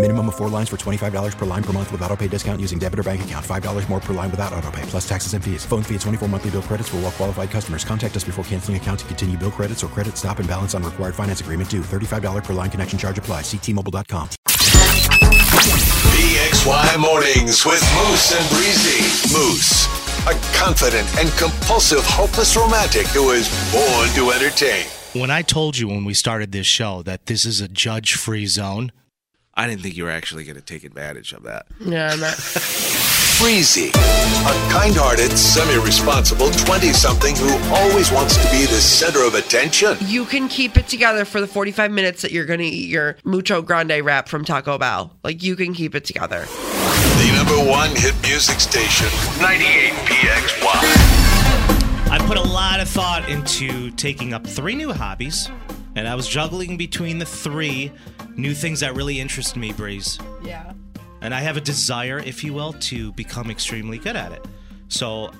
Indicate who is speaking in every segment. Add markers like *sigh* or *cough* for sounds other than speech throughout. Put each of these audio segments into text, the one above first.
Speaker 1: Minimum of four lines for $25 per line per month with auto pay discount using debit or bank account. $5 more per line without auto pay, plus taxes and fees. Phone fee at 24 monthly bill credits for all well qualified customers. Contact us before canceling account to continue bill credits or credit stop and balance on required finance agreement due. $35 per line connection charge apply. Ctmobile.com.
Speaker 2: BXY Mornings with Moose and Breezy. Moose, a confident and compulsive hopeless romantic who is born to entertain.
Speaker 3: When I told you when we started this show that this is a judge free zone,
Speaker 4: I didn't think you were actually going to take advantage of that.
Speaker 5: Yeah, I'm not.
Speaker 2: Breezy, a kind hearted, semi responsible 20 something who always wants to be the center of attention.
Speaker 5: You can keep it together for the 45 minutes that you're going to eat your mucho grande wrap from Taco Bell. Like, you can keep it together.
Speaker 2: The number one hit music station, 98PXY.
Speaker 3: I put a lot of thought into taking up three new hobbies, and I was juggling between the three new things that really interest me, Breeze.
Speaker 5: Yeah.
Speaker 3: And I have a desire, if you will, to become extremely good at it. So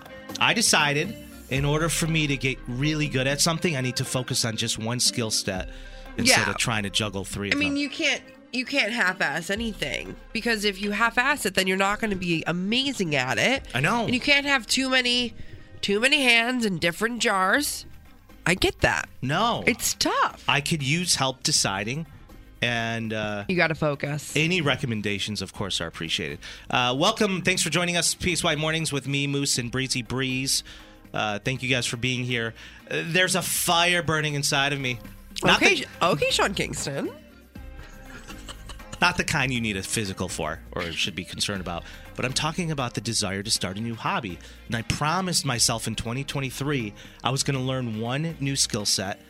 Speaker 3: I decided in order for me to get really good at something, I need to focus on just one skill set instead
Speaker 5: Yeah.
Speaker 3: of trying to juggle three
Speaker 5: I
Speaker 3: of
Speaker 5: mean,
Speaker 3: them.
Speaker 5: you can't you can't half-ass anything because if you half-ass it, then you're not going to be amazing at it.
Speaker 3: I know.
Speaker 5: And you can't have too many too many hands in different jars. I get that.
Speaker 3: no.
Speaker 5: It's tough.
Speaker 3: I could use help deciding, and uh,
Speaker 5: You got to focus.
Speaker 3: any recommendations, of course, are appreciated. Uh, welcome. Thanks for joining us, PSY Mornings, with me, Moose, and Breezy Breeze. Uh, thank you guys for being here. Uh, there's a fire burning inside of me. Not,
Speaker 5: okay,
Speaker 3: the,
Speaker 5: okay, Sean Kingston.
Speaker 3: not the kind you need a physical for or should be concerned about, but I'm talking about the desire to start a new hobby. And I promised myself in 2023 I was going to learn one new skill set,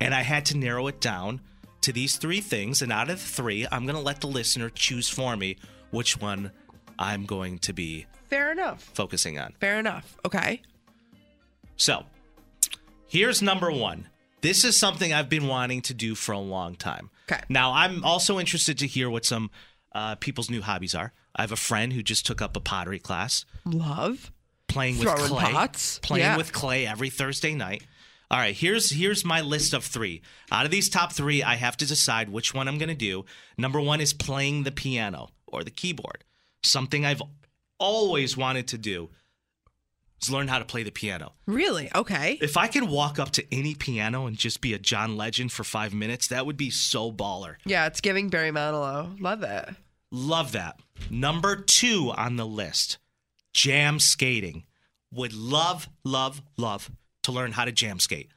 Speaker 3: and I had to narrow it down to these three things. And out of the three, I'm going to let the listener choose for me which one I'm going to be
Speaker 5: Fair enough.
Speaker 3: focusing on.
Speaker 5: Fair enough. Okay.
Speaker 3: So, here's number one. This is something I've been wanting to do for a long time.
Speaker 5: Okay.
Speaker 3: Now, I'm also interested to hear what some uh, people's new hobbies are. I have a friend who just took up a pottery class,
Speaker 5: Love.
Speaker 3: playing with
Speaker 5: Throwing
Speaker 3: clay,
Speaker 5: pots?
Speaker 3: playing
Speaker 5: Yeah.
Speaker 3: with clay every Thursday night. All right, here's here's my list of three. Out of these top three, I have to decide which one I'm going to do. Number one is playing the piano or the keyboard, something I've always wanted to do. Is learn how to play the piano.
Speaker 5: Really? Okay.
Speaker 3: If I could walk up to any piano and just be a John Legend for five minutes, that would be so baller.
Speaker 5: Yeah, it's giving Barry Manilow. Love it.
Speaker 3: Love that. Number two on the list, jam skating. Would love, love, love to learn how to jam skate.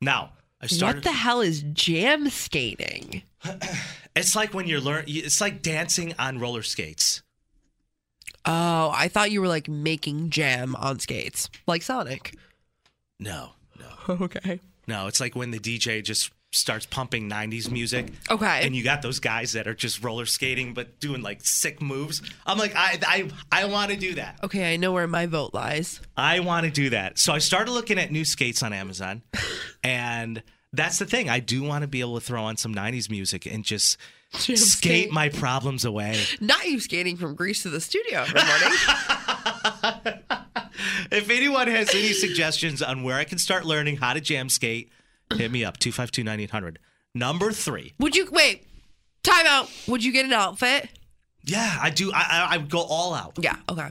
Speaker 3: Now, I started.
Speaker 5: What the hell is jam skating?
Speaker 3: It's like when you're learn. It's like dancing on roller skates.
Speaker 5: Oh, I thought you were like making jam on skates, like Sonic.
Speaker 3: No, no,
Speaker 5: *laughs* Okay.
Speaker 3: no. It's like when the DJ just starts pumping '90s music.
Speaker 5: Okay.
Speaker 3: and you got those guys that are just roller skating but doing like sick moves. I'm like, I I I want to do that.
Speaker 5: okay, I know where my vote lies.
Speaker 3: I want to do that. So I started looking at new skates on
Speaker 5: *laughs*
Speaker 3: Amazon, and that's the thing. I do want to be able to throw on some '90s music and
Speaker 5: *laughs*
Speaker 3: just skate,
Speaker 5: skate.
Speaker 3: my problems
Speaker 5: *laughs*
Speaker 3: away.
Speaker 5: Not you skating from Greece to the studio every *laughs* morning.
Speaker 3: if anyone has any suggestions on where I can start learning how to jam skate, hit me up 252 9800. Number three.
Speaker 5: Would you wait? Time out. Would you get an outfit?
Speaker 3: Yeah, I do. I, I, I would go all out.
Speaker 5: Yeah. Okay.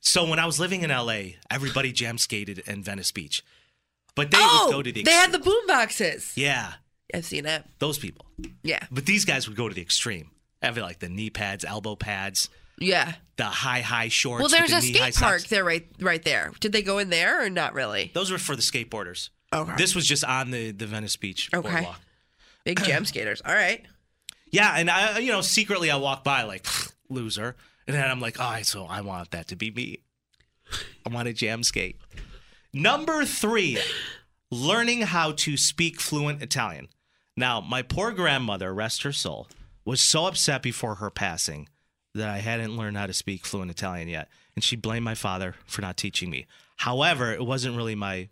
Speaker 3: So when I was living in LA, everybody jam skated in Venice Beach, but they
Speaker 5: oh,
Speaker 3: would go to the.
Speaker 5: they had the boom boxes.
Speaker 3: yeah,
Speaker 5: I've seen it.
Speaker 3: those people.
Speaker 5: Yeah.
Speaker 3: But these guys would go to the extreme. Have like the knee pads, elbow pads,
Speaker 5: Yeah.
Speaker 3: the high high shorts.
Speaker 5: Well,
Speaker 3: with
Speaker 5: there's
Speaker 3: the
Speaker 5: a
Speaker 3: knee-high
Speaker 5: skate park
Speaker 3: socks.
Speaker 5: there, right, right there. Did they go in there or not really?
Speaker 3: Those were for the skateboarders.
Speaker 5: Okay.
Speaker 3: This was just on the the Venice Beach *clears throat*
Speaker 5: Okay.
Speaker 3: boardwalk.
Speaker 5: Big jam skaters. All right.
Speaker 3: Yeah, and I, you know, secretly I walk by like loser, and then I'm like, all right, so I want that to be me. I want a jam skate. Number three, learning how to speak fluent Italian. Now, my poor grandmother, rest her soul, was so upset before her passing that I hadn't learned how to speak fluent Italian yet, and she blamed my father for not teaching me. However, it wasn't really my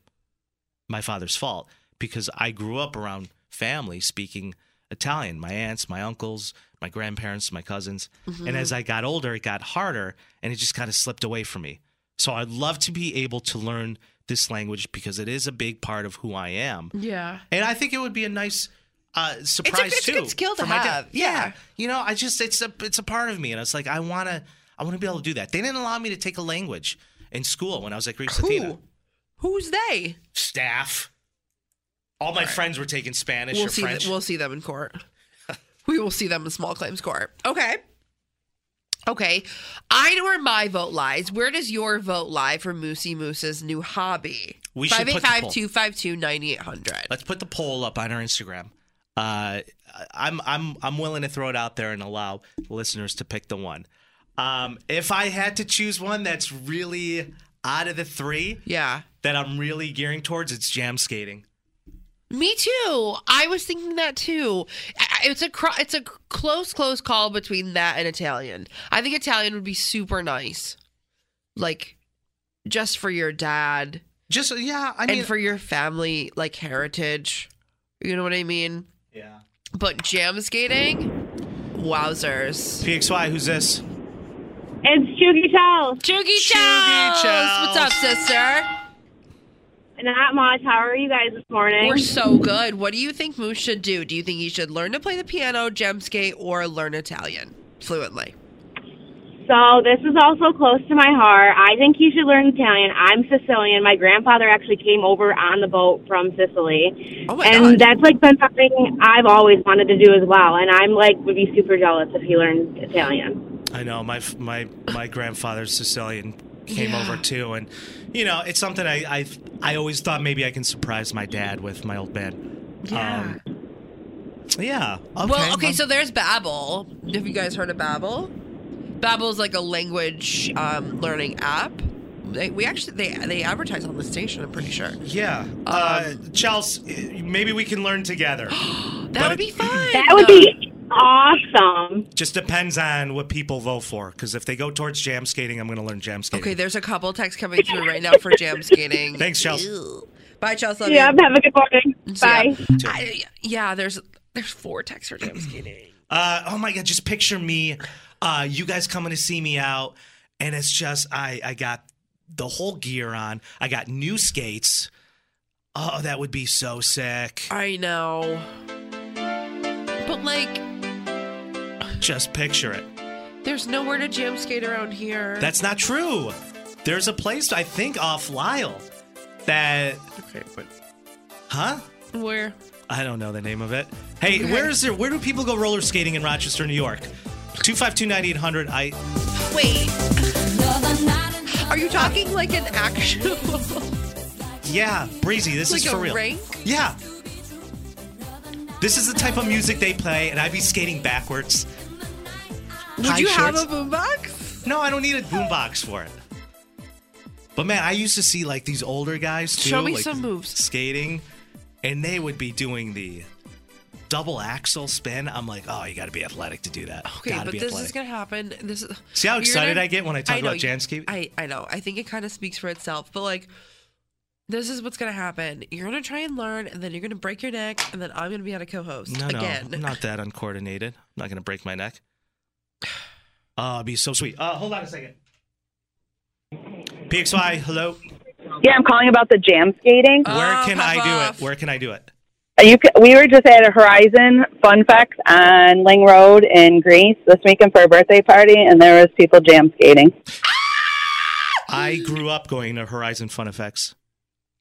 Speaker 3: my father's fault because I grew up around family speaking Italian, my aunts, my uncles, my grandparents, my cousins.
Speaker 5: Mm-hmm.
Speaker 3: And as I got older, it got harder and it just kind of slipped away from me. So I'd love to be able to learn this language because it is a big part of who I am.
Speaker 5: Yeah.
Speaker 3: And I think it would be a nice uh, surprise
Speaker 5: it's a
Speaker 3: too.
Speaker 5: good skill to
Speaker 3: for my dad.
Speaker 5: have.
Speaker 3: Yeah.
Speaker 5: Yeah.
Speaker 3: you know, I just it's a it's a part of me, and it's like I wanna I wanna be able to do that. They didn't allow me to take a language in school when I was at Greece Athena.
Speaker 5: Who? Who's they?
Speaker 3: Staff. All my friends were taking Spanish
Speaker 5: We'll
Speaker 3: or
Speaker 5: see.
Speaker 3: French.
Speaker 5: Th- we'll see them in court. *laughs* we will see them in small claims court. Okay. Okay. I know where my vote lies. Where does your vote lie for Moosey Moose's new hobby?
Speaker 3: We should put the poll.
Speaker 5: 585-252-9800.
Speaker 3: Let's put the poll up on our Instagram. Uh, I'm I'm I'm willing to throw it out there and allow listeners to pick the one. Um, if I had to choose one that's really out of the three
Speaker 5: Yeah.
Speaker 3: that I'm really gearing towards, it's jam skating.
Speaker 5: Me too. I was thinking that too. I- I- It's a cro- it's a close close call between that and Italian. I think Italian would be super nice, like just for your dad
Speaker 3: Just yeah, I mean,
Speaker 5: and for your family, like heritage. You know what I mean?
Speaker 3: yeah.
Speaker 5: But jam skating, wowzers!
Speaker 3: PXY, who's this?
Speaker 6: It's Chugi Tell.
Speaker 5: Chuggy
Speaker 3: Chuggy
Speaker 5: Chows, what's up,
Speaker 3: Chows.
Speaker 5: sister?
Speaker 6: Not much. How are you guys this morning?
Speaker 5: We're so good. What do you think Moose should do? Do you think he should learn to play the piano, jam skate, or learn Italian fluently?
Speaker 6: so this is also close to my heart. I think you should learn Italian. I'm Sicilian. My grandfather actually came over on the boat from Sicily.
Speaker 5: Oh my God.
Speaker 6: and that's like been something I've always wanted to do as well. And I'm like would be super jealous if he learned Italian.
Speaker 3: I know my my my grandfather's Sicilian came
Speaker 5: Yeah.
Speaker 3: over too, and you know it's something I I I always thought maybe I can surprise my dad with my old band.
Speaker 5: Yeah.
Speaker 3: Um, yeah.
Speaker 5: Well, okay, um,
Speaker 3: I'm-
Speaker 5: so there's Babbel. Have you guys heard of Babbel? Babbel's like a language um, learning app. They, we actually they they advertise on the station. I'm pretty sure
Speaker 3: yeah, uh, Charles, maybe we can learn together.
Speaker 5: *gasps* that
Speaker 3: But
Speaker 5: would be
Speaker 3: it-
Speaker 5: fun.
Speaker 6: That would be awesome.
Speaker 3: Just depends on what people vote for, because if they go towards jam skating, I'm going to learn jam skating.
Speaker 5: okay. There's a couple texts coming through right now for jam skating.
Speaker 3: Thanks, Chels.
Speaker 5: Ew. Bye, Chels. Love
Speaker 6: Yeah,
Speaker 5: you.
Speaker 6: have a good morning.
Speaker 5: See ya.
Speaker 6: Bye.
Speaker 5: I, yeah, there's there's four texts for jam skating.
Speaker 3: Uh, oh my god, just picture me, uh, you guys coming to see me out, and it's just I I got the whole gear on. I got new skates. Oh, that would be so sick.
Speaker 5: I know, but like
Speaker 3: Just picture it.
Speaker 5: there's nowhere to jam skate around here.
Speaker 3: That's not true. There's a place I think off Lyle that
Speaker 5: okay, but
Speaker 3: huh?
Speaker 5: where?
Speaker 3: I don't know the name of it. Hey, where is there where do people go roller skating in Rochester, New York? 252-9800. I
Speaker 5: Wait. Are you talking like an actual,
Speaker 3: yeah, breezy, this
Speaker 5: like
Speaker 3: is for
Speaker 5: a
Speaker 3: real.
Speaker 5: rank?
Speaker 3: Yeah. This is the type of music they play, and I'd be skating backwards.
Speaker 5: Would
Speaker 3: High
Speaker 5: you have
Speaker 3: shorts.
Speaker 5: a boombox?
Speaker 3: No, I don't need a boombox for it. But man, I used to see like these older guys too,
Speaker 5: Show me
Speaker 3: like,
Speaker 5: some moves.
Speaker 3: skating, and they would be doing the double axle spin. I'm like, oh, you got to be athletic to do that.
Speaker 5: Okay,
Speaker 3: gotta
Speaker 5: but
Speaker 3: be
Speaker 5: this
Speaker 3: athletic.
Speaker 5: is gonna happen. This is
Speaker 3: See how
Speaker 5: you're
Speaker 3: excited I get when I talk
Speaker 5: know,
Speaker 3: about Jansky?
Speaker 5: I I know. I think it kind of speaks for itself. But like, this is what's gonna happen. You're gonna try and learn, and then you're gonna break your neck, and then I'm gonna be out of co-host
Speaker 3: no,
Speaker 5: again. *laughs*
Speaker 3: no, I'm not that uncoordinated. I'm not gonna break my neck. *sighs* Oh, it'd be so sweet. Uh, hold on a second. PXY, hello.
Speaker 7: Yeah, I'm calling about the jam skating.
Speaker 3: Where
Speaker 5: Oh,
Speaker 3: can
Speaker 5: pop
Speaker 3: I do
Speaker 5: off.
Speaker 3: it? Where can I do it?
Speaker 7: You, c- we were just at a Horizon Fun Fest on Ling Road in Greece this weekend for a birthday party, and there was people jam skating.
Speaker 3: I grew up going to Horizon Fun Effects.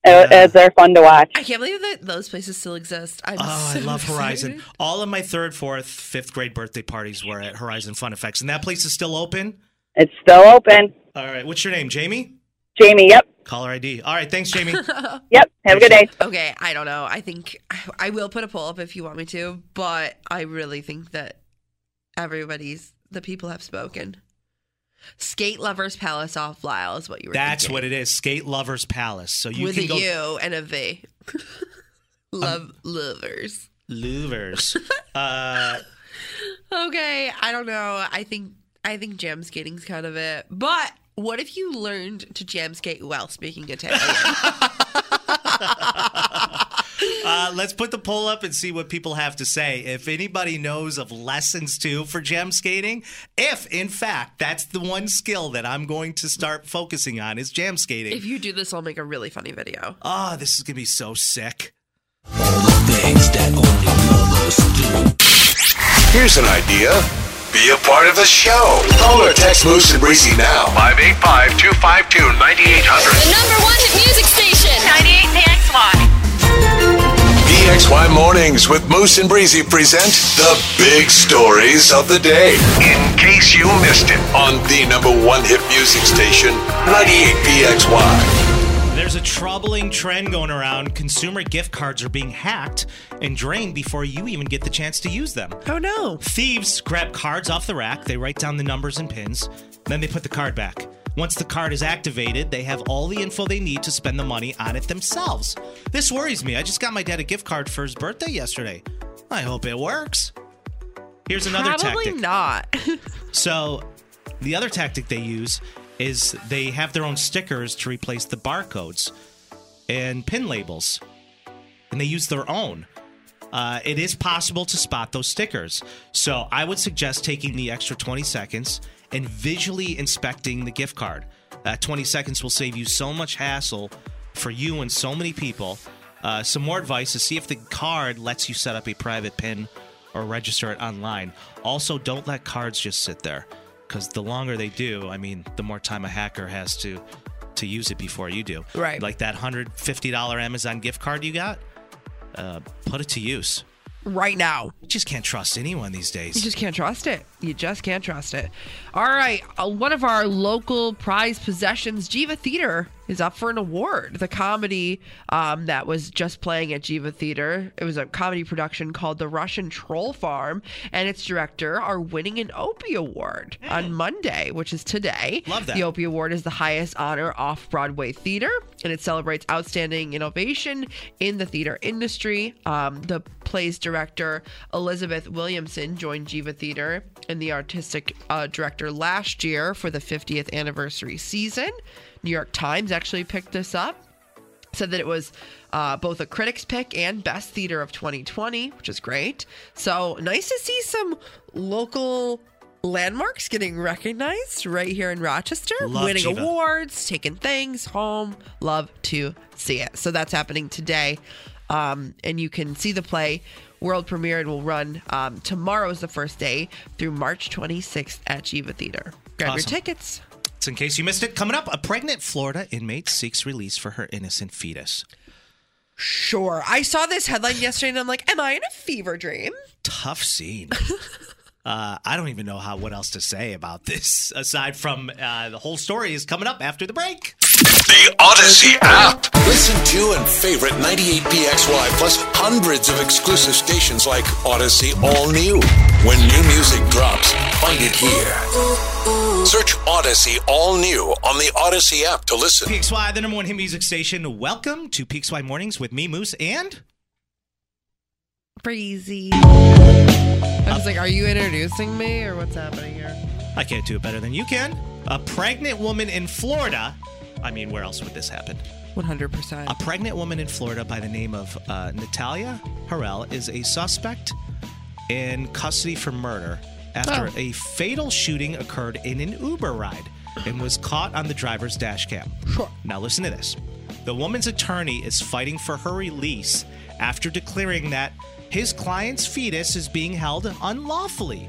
Speaker 7: It,
Speaker 3: Yeah.
Speaker 7: it's they're fun to watch.
Speaker 5: I can't believe that those places still exist. I'm
Speaker 3: Oh, I
Speaker 5: so
Speaker 3: love Horizon.
Speaker 5: excited.
Speaker 3: All of my third, fourth, fifth grade birthday parties were at Horizon Fun Effects, and that place is still open.
Speaker 7: It's still open.
Speaker 3: All right, what's your name, Jamie?
Speaker 7: Jamie, yep,
Speaker 3: Caller ID. All right, thanks,
Speaker 5: *laughs*
Speaker 3: Jamie.
Speaker 7: yep. Have a good day.
Speaker 5: Okay, I don't know. I think I will put a poll up if you want me to, but I really think that Everybody's the people have spoken. Skate Lovers Palace off Lyle is what you were.
Speaker 3: That's
Speaker 5: thinking.
Speaker 3: what it is. Skate Lovers Palace. So you
Speaker 5: with
Speaker 3: can
Speaker 5: a
Speaker 3: go Um,
Speaker 5: U and a V. *laughs* Love lovers.
Speaker 3: Louvers. uh,
Speaker 5: Okay, I don't know. I think I think jam skating's kind of it. But what if you learned to jam skate while
Speaker 3: *laughs*
Speaker 5: speaking Italian?
Speaker 3: uh, let's put the poll up and see what people have to say. If anybody knows of lessons too for gem skating, if in fact that's the one skill that I'm going to start focusing on is jam skating.
Speaker 5: if you do this, I'll make a really funny video.
Speaker 3: Ah, this is gonna be so sick.
Speaker 2: Here's an idea. Be a part of the show. Call or text Moose and Breezy now. 585 252 9800.
Speaker 8: Number one hit music station. 98 KXY.
Speaker 2: BXY Mornings with Moose and Breezy present the big stories of the day. In case you missed it, on the number one hit music station, 98BXY.
Speaker 3: There's a troubling trend going around. Consumer gift cards are being hacked and drained before you even get the chance to use them.
Speaker 5: Oh no.
Speaker 3: Thieves grab cards off the rack, they write down the numbers and pins, then they put the card back. Once the card is activated, they have all the info they need to spend the money on it themselves. This worries me. I just got my dad a gift card for his birthday yesterday. I hope it works. Here's another
Speaker 5: Probably
Speaker 3: tactic.
Speaker 5: not. *laughs*
Speaker 3: So, the other tactic they use is they have their own stickers to replace the barcodes and pin labels, and they use their own. Uh, it is possible to spot those stickers. So, I would suggest taking the extra 20 seconds and visually inspecting the gift card. Uh, 20 seconds will save you so much hassle for you and so many people. Uh, some more advice is see if the card lets you set up a private pin or register it online. Also, don't let cards just sit there because the longer they do, I mean, the more time a hacker has to to use it before you do.
Speaker 5: Right.
Speaker 3: Like that hundred fifty dollar Amazon gift card you got, uh, put it to use.
Speaker 5: right now.
Speaker 3: You just can't trust anyone these
Speaker 5: You
Speaker 3: days.
Speaker 5: just can't trust it. You just can't trust it. All right. uh, one of our local prize possessions, Jiva Theater, is up for an award. The comedy um, that was just playing at Jiva Theater, it was a comedy production called The Russian Troll Farm, and its director are winning an Opie Award on Monday, which is today.
Speaker 3: Love that.
Speaker 5: The Opie Award is the highest honor off Broadway theater, and it celebrates outstanding innovation in the theater industry. Um, the play's director, Elizabeth Williamson, joined Jiva Theater and the artistic uh, director last year for the 50th anniversary season. New York Times actually picked this up said that it was uh, both a critics pick and best theater of 2020 which is great so nice to see some local landmarks getting recognized right here in rochester
Speaker 3: Love
Speaker 5: winning
Speaker 3: Jiva.
Speaker 5: awards taking things home love to see it so that's happening today um, and you can see the play world premiere and will run um, tomorrow is the first day through march 26th at jiva theater grab
Speaker 3: Awesome.
Speaker 5: your tickets
Speaker 3: So in case you missed it, coming up, a pregnant Florida inmate seeks release for her innocent fetus.
Speaker 5: sure i saw this headline yesterday and i'm like am i in a fever dream
Speaker 3: Tough
Speaker 5: *laughs*
Speaker 3: scene. Uh, I don't even know how what else to say about this aside from uh, the whole story is coming up after the break.
Speaker 2: The Odyssey app. Listen to and favorite 98PXY plus hundreds of exclusive stations like Odyssey All New. When new music drops, find it here. Search Odyssey All New on the Odyssey app to listen.
Speaker 3: PXY, the number one hit music station. Welcome to PXY Mornings with me, Moose, and
Speaker 5: Breezy. I was like, are you introducing me or what's happening here?
Speaker 3: I can't do it better than you can. A pregnant woman in Florida. I mean, where else would this happen?
Speaker 5: 100%.
Speaker 3: A pregnant woman in Florida by the name of uh, Natalia Harrell is a suspect in custody for murder after
Speaker 5: Oh.
Speaker 3: a fatal shooting occurred in an Uber ride and was caught on the driver's dash cam.
Speaker 5: Sure.
Speaker 3: Now, listen to this. The woman's attorney is fighting for her release after declaring that his client's fetus is being held unlawfully.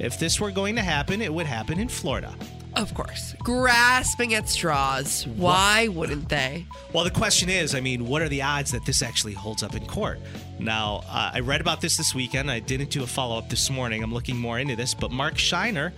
Speaker 3: If this were going to happen, it would happen in Florida.
Speaker 5: Of course. Grasping at straws. Why wouldn't they?
Speaker 3: Well, the question is, I mean, what are the odds that this actually holds up in court? Now, uh, I read about this this weekend. I didn't do a follow up this morning. I'm looking more into this, but Mark Shiner,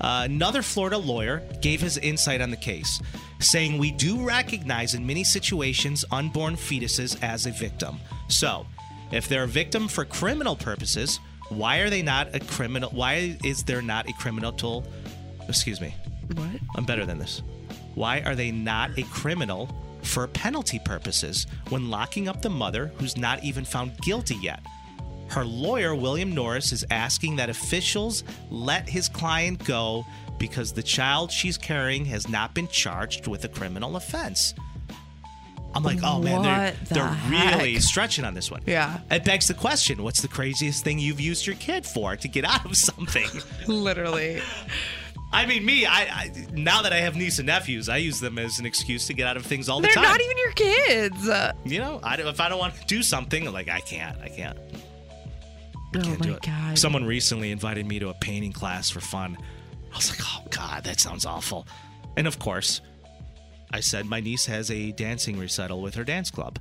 Speaker 3: uh, another Florida lawyer, gave his insight on the case, saying, We do recognize in many situations unborn fetuses as a victim. So, if they're a victim for criminal purposes, Why are they not a criminal? Why is there not a criminal toll? Excuse me.
Speaker 5: What?
Speaker 3: I'm better than this. Why are they not a criminal for penalty purposes when locking up the mother who's not even found guilty yet? Her lawyer, William Norris, is asking that officials let his client go because the child she's carrying has not been charged with a criminal offense. I'm like, oh man, they're,
Speaker 5: What the
Speaker 3: they're
Speaker 5: heck?
Speaker 3: really stretching on this one.
Speaker 5: Yeah.
Speaker 3: It begs the question what's the craziest thing you've used your kid for to get out of *laughs* something?
Speaker 5: Literally.
Speaker 3: I mean, me, I, I now that I have niece and nephews, I use them as an excuse to get out of things all the
Speaker 5: They're
Speaker 3: time.
Speaker 5: not even your kids. Oh
Speaker 3: you know, I, don't- if I don't want to do something, like I can't, I can't.
Speaker 5: Oh my
Speaker 3: do it.
Speaker 5: god.
Speaker 3: Someone recently invited me to a painting class for fun. I was like, oh God, that sounds awful. And of course, I said my niece has a dancing recital with her dance club.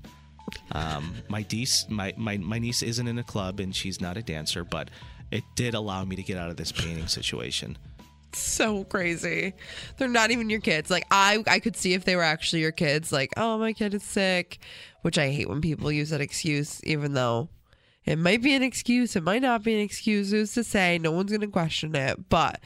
Speaker 3: Um, my niece, my, my my niece isn't in a club and she's not a dancer, but it did allow me to get out of this painting situation.
Speaker 5: so crazy. They're not even your kids. Like I I could see if they were actually your kids like, "Oh, my kid is sick," which I hate when people use that excuse even though it might be an excuse, it might not be an excuse. Who's to say? No one's going to question it. But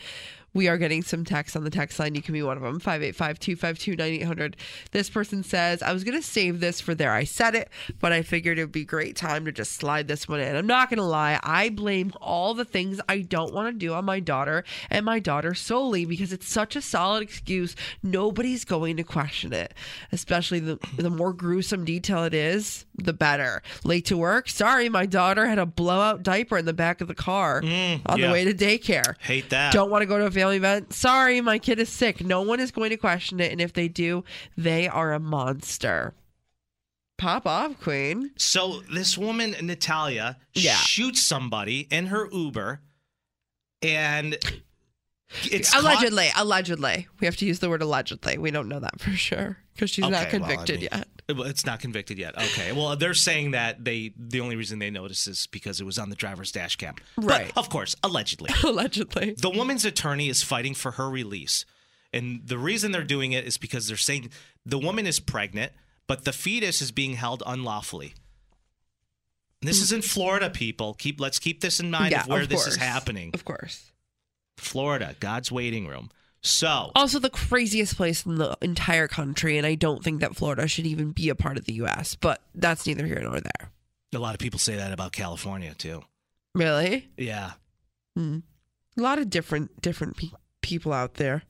Speaker 5: we are getting some texts on the text line. You can be one of them 585 252 9800. This person says, I was going to save this for there. I said it, but I figured it would be a great time to just slide this one in. I'm not going to lie. I blame all the things I don't want to do on my daughter and my daughter solely because it's such a solid excuse. Nobody's going to question it, especially the, the more gruesome detail it is, the better. Late to work. Sorry, my daughter had a blowout diaper in the back of the car on
Speaker 3: Mm, yeah.
Speaker 5: the way to daycare.
Speaker 3: Hate that.
Speaker 5: Don't want to go to a family event. Sorry, my kid is sick. No one is going to question it. And if they do, they are a monster. Pop off, queen.
Speaker 3: So this woman Natalia
Speaker 5: Yeah.
Speaker 3: shoots somebody in her Uber, and it's caught-
Speaker 5: allegedly, allegedly. We have to use the word allegedly. We don't know that for sure because she's not
Speaker 3: Okay, well, I
Speaker 5: convicted
Speaker 3: mean-
Speaker 5: yet. *laughs*
Speaker 3: Well, It's not convicted yet. Okay. Well, they're saying that they the only reason they noticed is because it was on the driver's dash cam. But,
Speaker 5: Right.
Speaker 3: of course, allegedly.
Speaker 5: allegedly.
Speaker 3: The woman's attorney is fighting for her release. And the reason they're doing it is because they're saying the woman is pregnant, but the fetus is being held unlawfully. This is in Florida, people. Keep let's keep this in mind
Speaker 5: Mm. Yeah,
Speaker 3: of where
Speaker 5: of
Speaker 3: this
Speaker 5: course.
Speaker 3: is happening.
Speaker 5: Of course.
Speaker 3: Florida, God's waiting room. So
Speaker 5: Also, the craziest place in the entire country. And I don't think that Florida should even be a part of the U.S., but that's neither here nor there.
Speaker 3: a lot of people say that about California too.
Speaker 5: Really?
Speaker 3: Yeah.
Speaker 5: Hmm. A lot of different different pe- people out there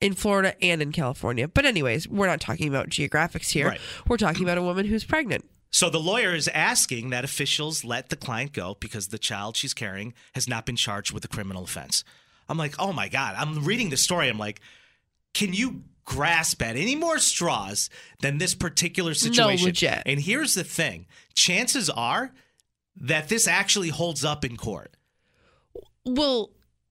Speaker 5: in Florida and in California. But anyways, we're not talking about geographics here.
Speaker 3: Right.
Speaker 5: We're talking about a woman who's pregnant.
Speaker 3: So the lawyer is asking that officials let the client go because the child she's carrying has not been charged with a criminal offense. I'm like, oh my God. I'm reading the story. I'm like, can you grasp at any more straws than this particular situation?
Speaker 5: legit.
Speaker 3: And here's the thing chances are that this actually holds up in court.
Speaker 5: Well,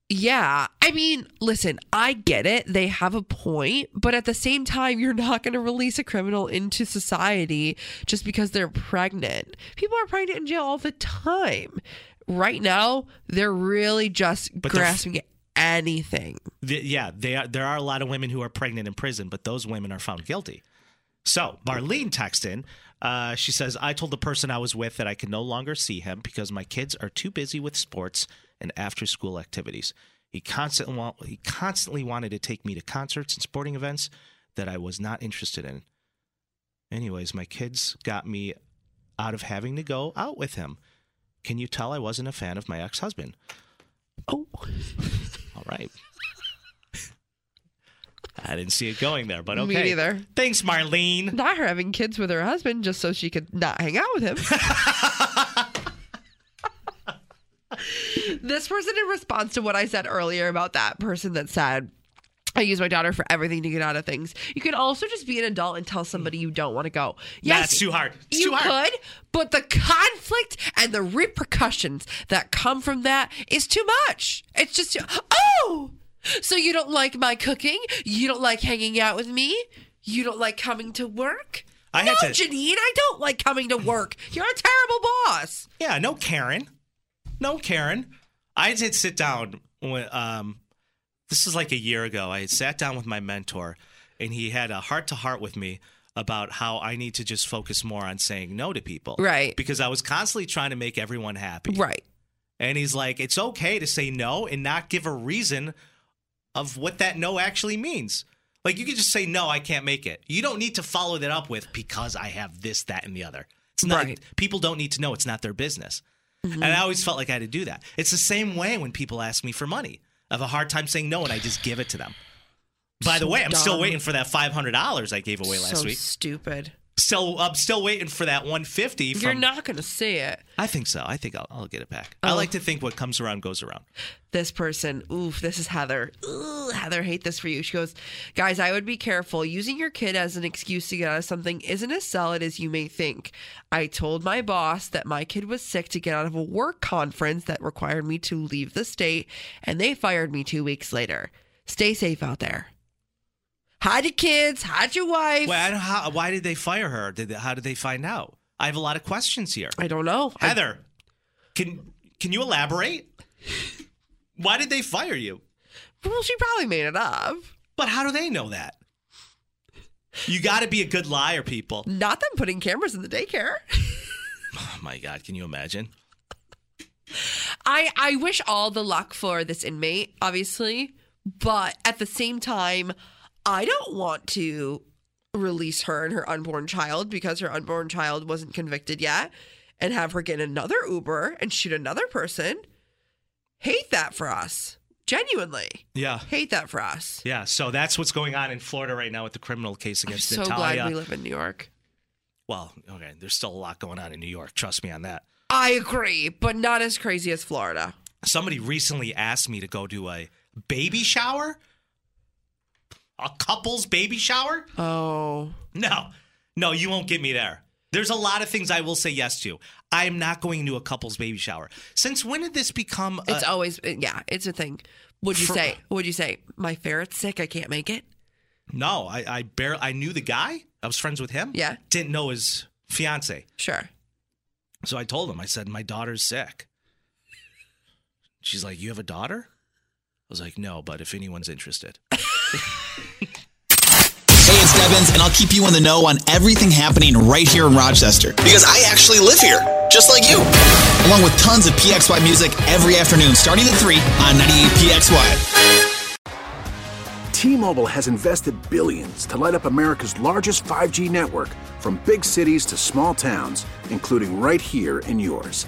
Speaker 5: yeah. I mean, listen, I get it. They have a point, but at the same time, you're not going to release a criminal into society just because they're pregnant. People are pregnant in jail all the time. Right now, they're really just
Speaker 3: But they're-
Speaker 5: grasping at anything.
Speaker 3: Th- yeah, they are, there are a lot of women who are pregnant in prison, but those women are found guilty. So Marlene texts in. Uh, she says, I told the person I was with that I could no longer see him because my kids are too busy with sports and after school activities. He constantly, wa- he constantly wanted to take me to concerts and sporting events that I was not interested in. Anyways, my kids got me out of having to go out with him. Can you tell I wasn't a fan of my ex husband?
Speaker 5: Oh.
Speaker 3: *laughs* All right. I didn't see it going there, but
Speaker 5: Me
Speaker 3: okay.
Speaker 5: neither.
Speaker 3: Thanks, Marlene.
Speaker 5: Not her having kids with her husband just so she could not hang out with him. this person, in response to what I said earlier about that person that said, I use my daughter for everything to get out of things. You can also just be an adult and tell somebody you don't want to go. Yes,
Speaker 3: it's too hard. It's
Speaker 5: you
Speaker 3: too hard.
Speaker 5: could, but the conflict and the repercussions that come from that is too much. It's just too- oh, so you don't like my cooking? You don't like hanging out with me? You don't like coming to work?
Speaker 3: I
Speaker 5: no,
Speaker 3: had to-
Speaker 5: Janine, I don't like coming to work. You're a terrible boss.
Speaker 3: Yeah, no Karen. No Karen. I did sit down when um this is like a year ago. I had sat down with my mentor and he had a heart to heart with me about how I need to just focus more on saying no to people.
Speaker 5: Right.
Speaker 3: Because I was constantly trying to make everyone happy.
Speaker 5: Right.
Speaker 3: And he's like, it's okay to say no and not give a reason of what that no actually means. Like you could just say no, I can't make it. You don't need to follow that up with because I have this, that, and the other. It's not people don't need to know. It's not their business.
Speaker 5: Mm-hmm.
Speaker 3: And I always felt like I had to do that. It's the same way when people ask me for money. I have a hard time saying no, and I just give it to them. By the
Speaker 5: So
Speaker 3: way, I'm still
Speaker 5: dumb.
Speaker 3: waiting for that five hundred dollars I gave away last
Speaker 5: so
Speaker 3: week.
Speaker 5: stupid.
Speaker 3: Still, I'm still waiting for that one fifty.
Speaker 5: You're not going to see it.
Speaker 3: I think so. I think I'll, I'll get it back. I
Speaker 5: Oh.
Speaker 3: like to think what comes around goes around.
Speaker 5: This person, oof, this is Heather. Ooh, Heather, hate this for you. She goes, Guys, I would be careful. Using your kid as an excuse to get out of something isn't as solid as you may think. I told my boss that my kid was sick to get out of a work conference that required me to leave the state, and they fired me two weeks later. Stay safe out there. Hide your kids, hide your wife.
Speaker 3: Well, I don't, how, why did they fire her? Did they, how did they find out? I have a lot of questions here.
Speaker 5: I don't know.
Speaker 3: Heather, can can you elaborate? why did they fire you?
Speaker 5: Well, she probably made it up.
Speaker 3: But how do they know that? You got to be a good liar, people.
Speaker 5: Not them putting cameras in the daycare.
Speaker 3: Oh my God, can you imagine?
Speaker 5: I I wish all the luck for this inmate, obviously, but at the same time, I don't want to release her and her unborn child because her unborn child wasn't convicted yet and have her get another Uber and shoot another person. Hate that for us. Genuinely.
Speaker 3: Yeah.
Speaker 5: Hate that for us.
Speaker 3: Yeah, so that's what's going on in Florida right now with the criminal case against
Speaker 5: so glad
Speaker 3: Natalia.
Speaker 5: we live in New York.
Speaker 3: Well, okay, there's still a lot going on in New York. Trust me on that.
Speaker 5: I agree, but not as crazy as Florida.
Speaker 3: Somebody recently asked me to go do a baby shower, a couple's baby shower.
Speaker 5: Oh.
Speaker 3: No, no, you won't get me there. There's a lot of things I will say yes to. I am not going to a couple's baby shower. Since when did this become? A,
Speaker 5: It's always yeah, it's a thing. Would you
Speaker 3: Uh, For-
Speaker 5: say? Would you say my ferret's sick? I can't make it.
Speaker 3: no, I, I barely. I knew the guy. I was friends with him.
Speaker 5: Yeah.
Speaker 3: didn't know his fiance.
Speaker 5: Sure.
Speaker 3: So I told him, I said, My daughter's sick. She's like, You have a daughter? I was like, No, but if anyone's interested.
Speaker 9: Hey, it's Debbins, and I'll keep you in the know on everything happening right here in Rochester because I actually live here, just like you. Along with tons of PXY music every afternoon starting at 3 on 98PXY.
Speaker 10: T-Mobile has invested billions to light up America's largest 5G network from big cities to small towns, including right here in yours.